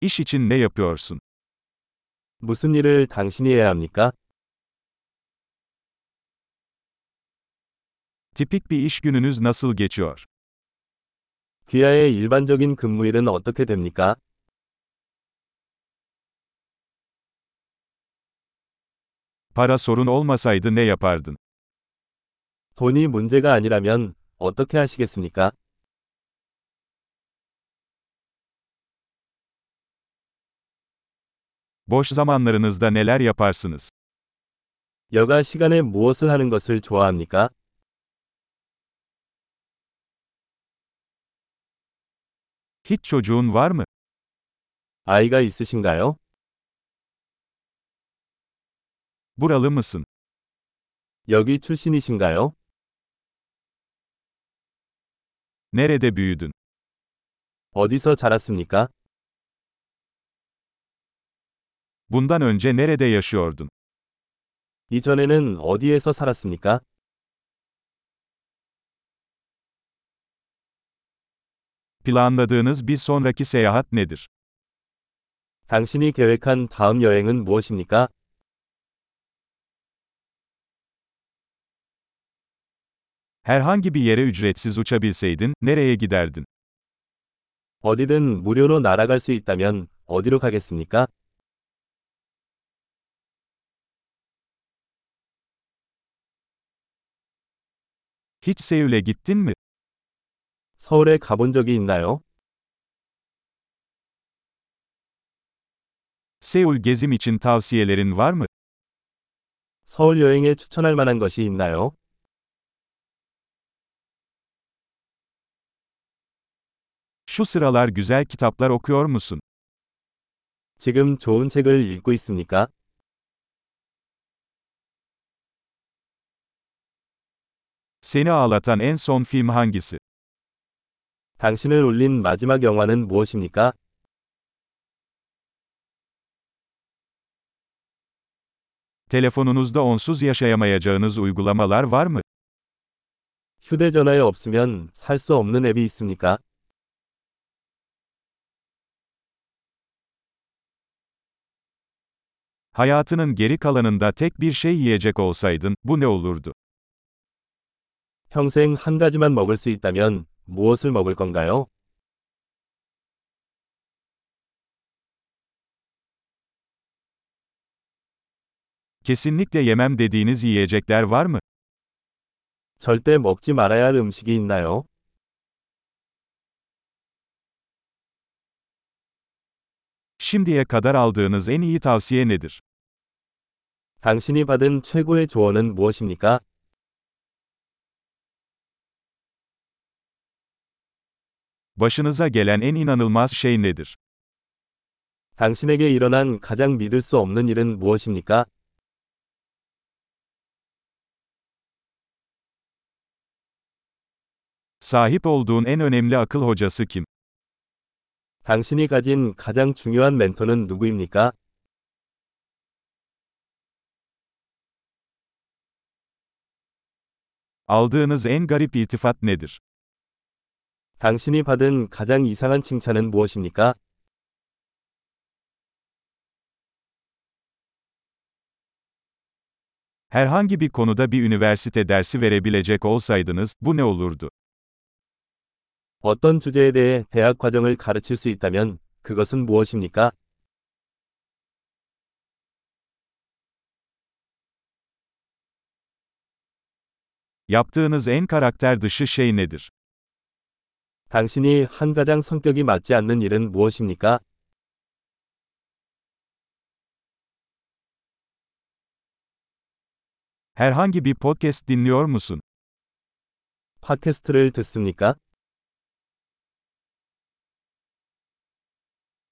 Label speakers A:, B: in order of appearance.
A: İş için ne yapıyorsun?
B: 무슨 일을 당신이 해야 합니까?
A: Tipik bir iş gününüz nasıl geçiyor?
B: 귀하의 일반적인 근무일은 어떻게 됩니까?
A: Para sorun olmasaydı ne yapardın?
B: 돈이 문제가 아니라면 어떻게 하시겠습니까?
A: Boş zamanlarınızda neler yaparsınız?
B: 여가 시간에 무엇을 하는 것을 좋아합니까?
A: Hiç çocuğun var mı?
B: 아이가 있으신가요?
A: Buralı mısın?
B: 여기 출신이신가요?
A: Nerede büyüdün?
B: 어디서 자랐습니까?
A: Bundan önce nerede yaşıyordun?
B: 이전에는 어디에서 살았습니까?
A: Planladığınız bir sonraki seyahat nedir?
B: 당신이 계획한 다음 여행은 무엇입니까?
A: Herhangi bir yere ücretsiz uçabilseydin, nereye giderdin?
B: 어디든 무료로 날아갈 수 있다면 어디로 가겠습니까?
A: Hiç Seul'e gittin mi?
B: 서울에 가본 적이 있나요?
A: Seul gezim için tavsiyelerin var mı?
B: 서울 여행에 추천할 만한 것이 있나요?
A: Şu sıralar güzel kitaplar okuyor musun?
B: 지금 좋은 책을 읽고 있습니까?
A: Seni ağlatan en son film hangisi?
B: 당신을 울린 마지막 영화는 무엇입니까?
A: Telefonunuzda onsuz yaşayamayacağınız uygulamalar var mı?
B: 휴대전화에 없으면 살 수 없는 앱이 있습니까?
A: Hayatının geri kalanında tek bir şey yiyecek olsaydın, bu ne olurdu?
B: 평생 한 가지만 먹을 수 있다면 무엇을 먹을 건가요?
A: Kesinlikle yemem dediğiniz yiyecekler var mı?
B: 절대 먹지 말아야 할 음식이 있나요?
A: Şimdiye kadar aldığınız en iyi tavsiye nedir?
B: 당신이 받은 최고의 조언은 무엇입니까?
A: Başınıza gelen en inanılmaz şey nedir?
B: 당신에게 일어난 가장 믿을 수 없는 일은 무엇입니까?
A: Sahip olduğun en önemli akıl hocası kim?
B: 당신이 가진 가장 중요한 멘토는 누구입니까?
A: Aldığınız en garip iltifat nedir?
B: 당신이 받은 가장 이상한 칭찬은 무엇입니까?
A: Herhangi bir konuda bir üniversite dersi verebilecek olsaydınız, bu ne olurdu?
B: 어떤 주제에 대해 대학 과정을 가르칠 수 있다면 그것은 무엇입니까?
A: Yaptığınız en karakter dışı şey nedir?
B: 당신이 한 가장 성격이 맞지 않는 일은 무엇입니까?
A: Herhangi bir podcast dinliyor musun?
B: 팟캐스트를 듣습니까?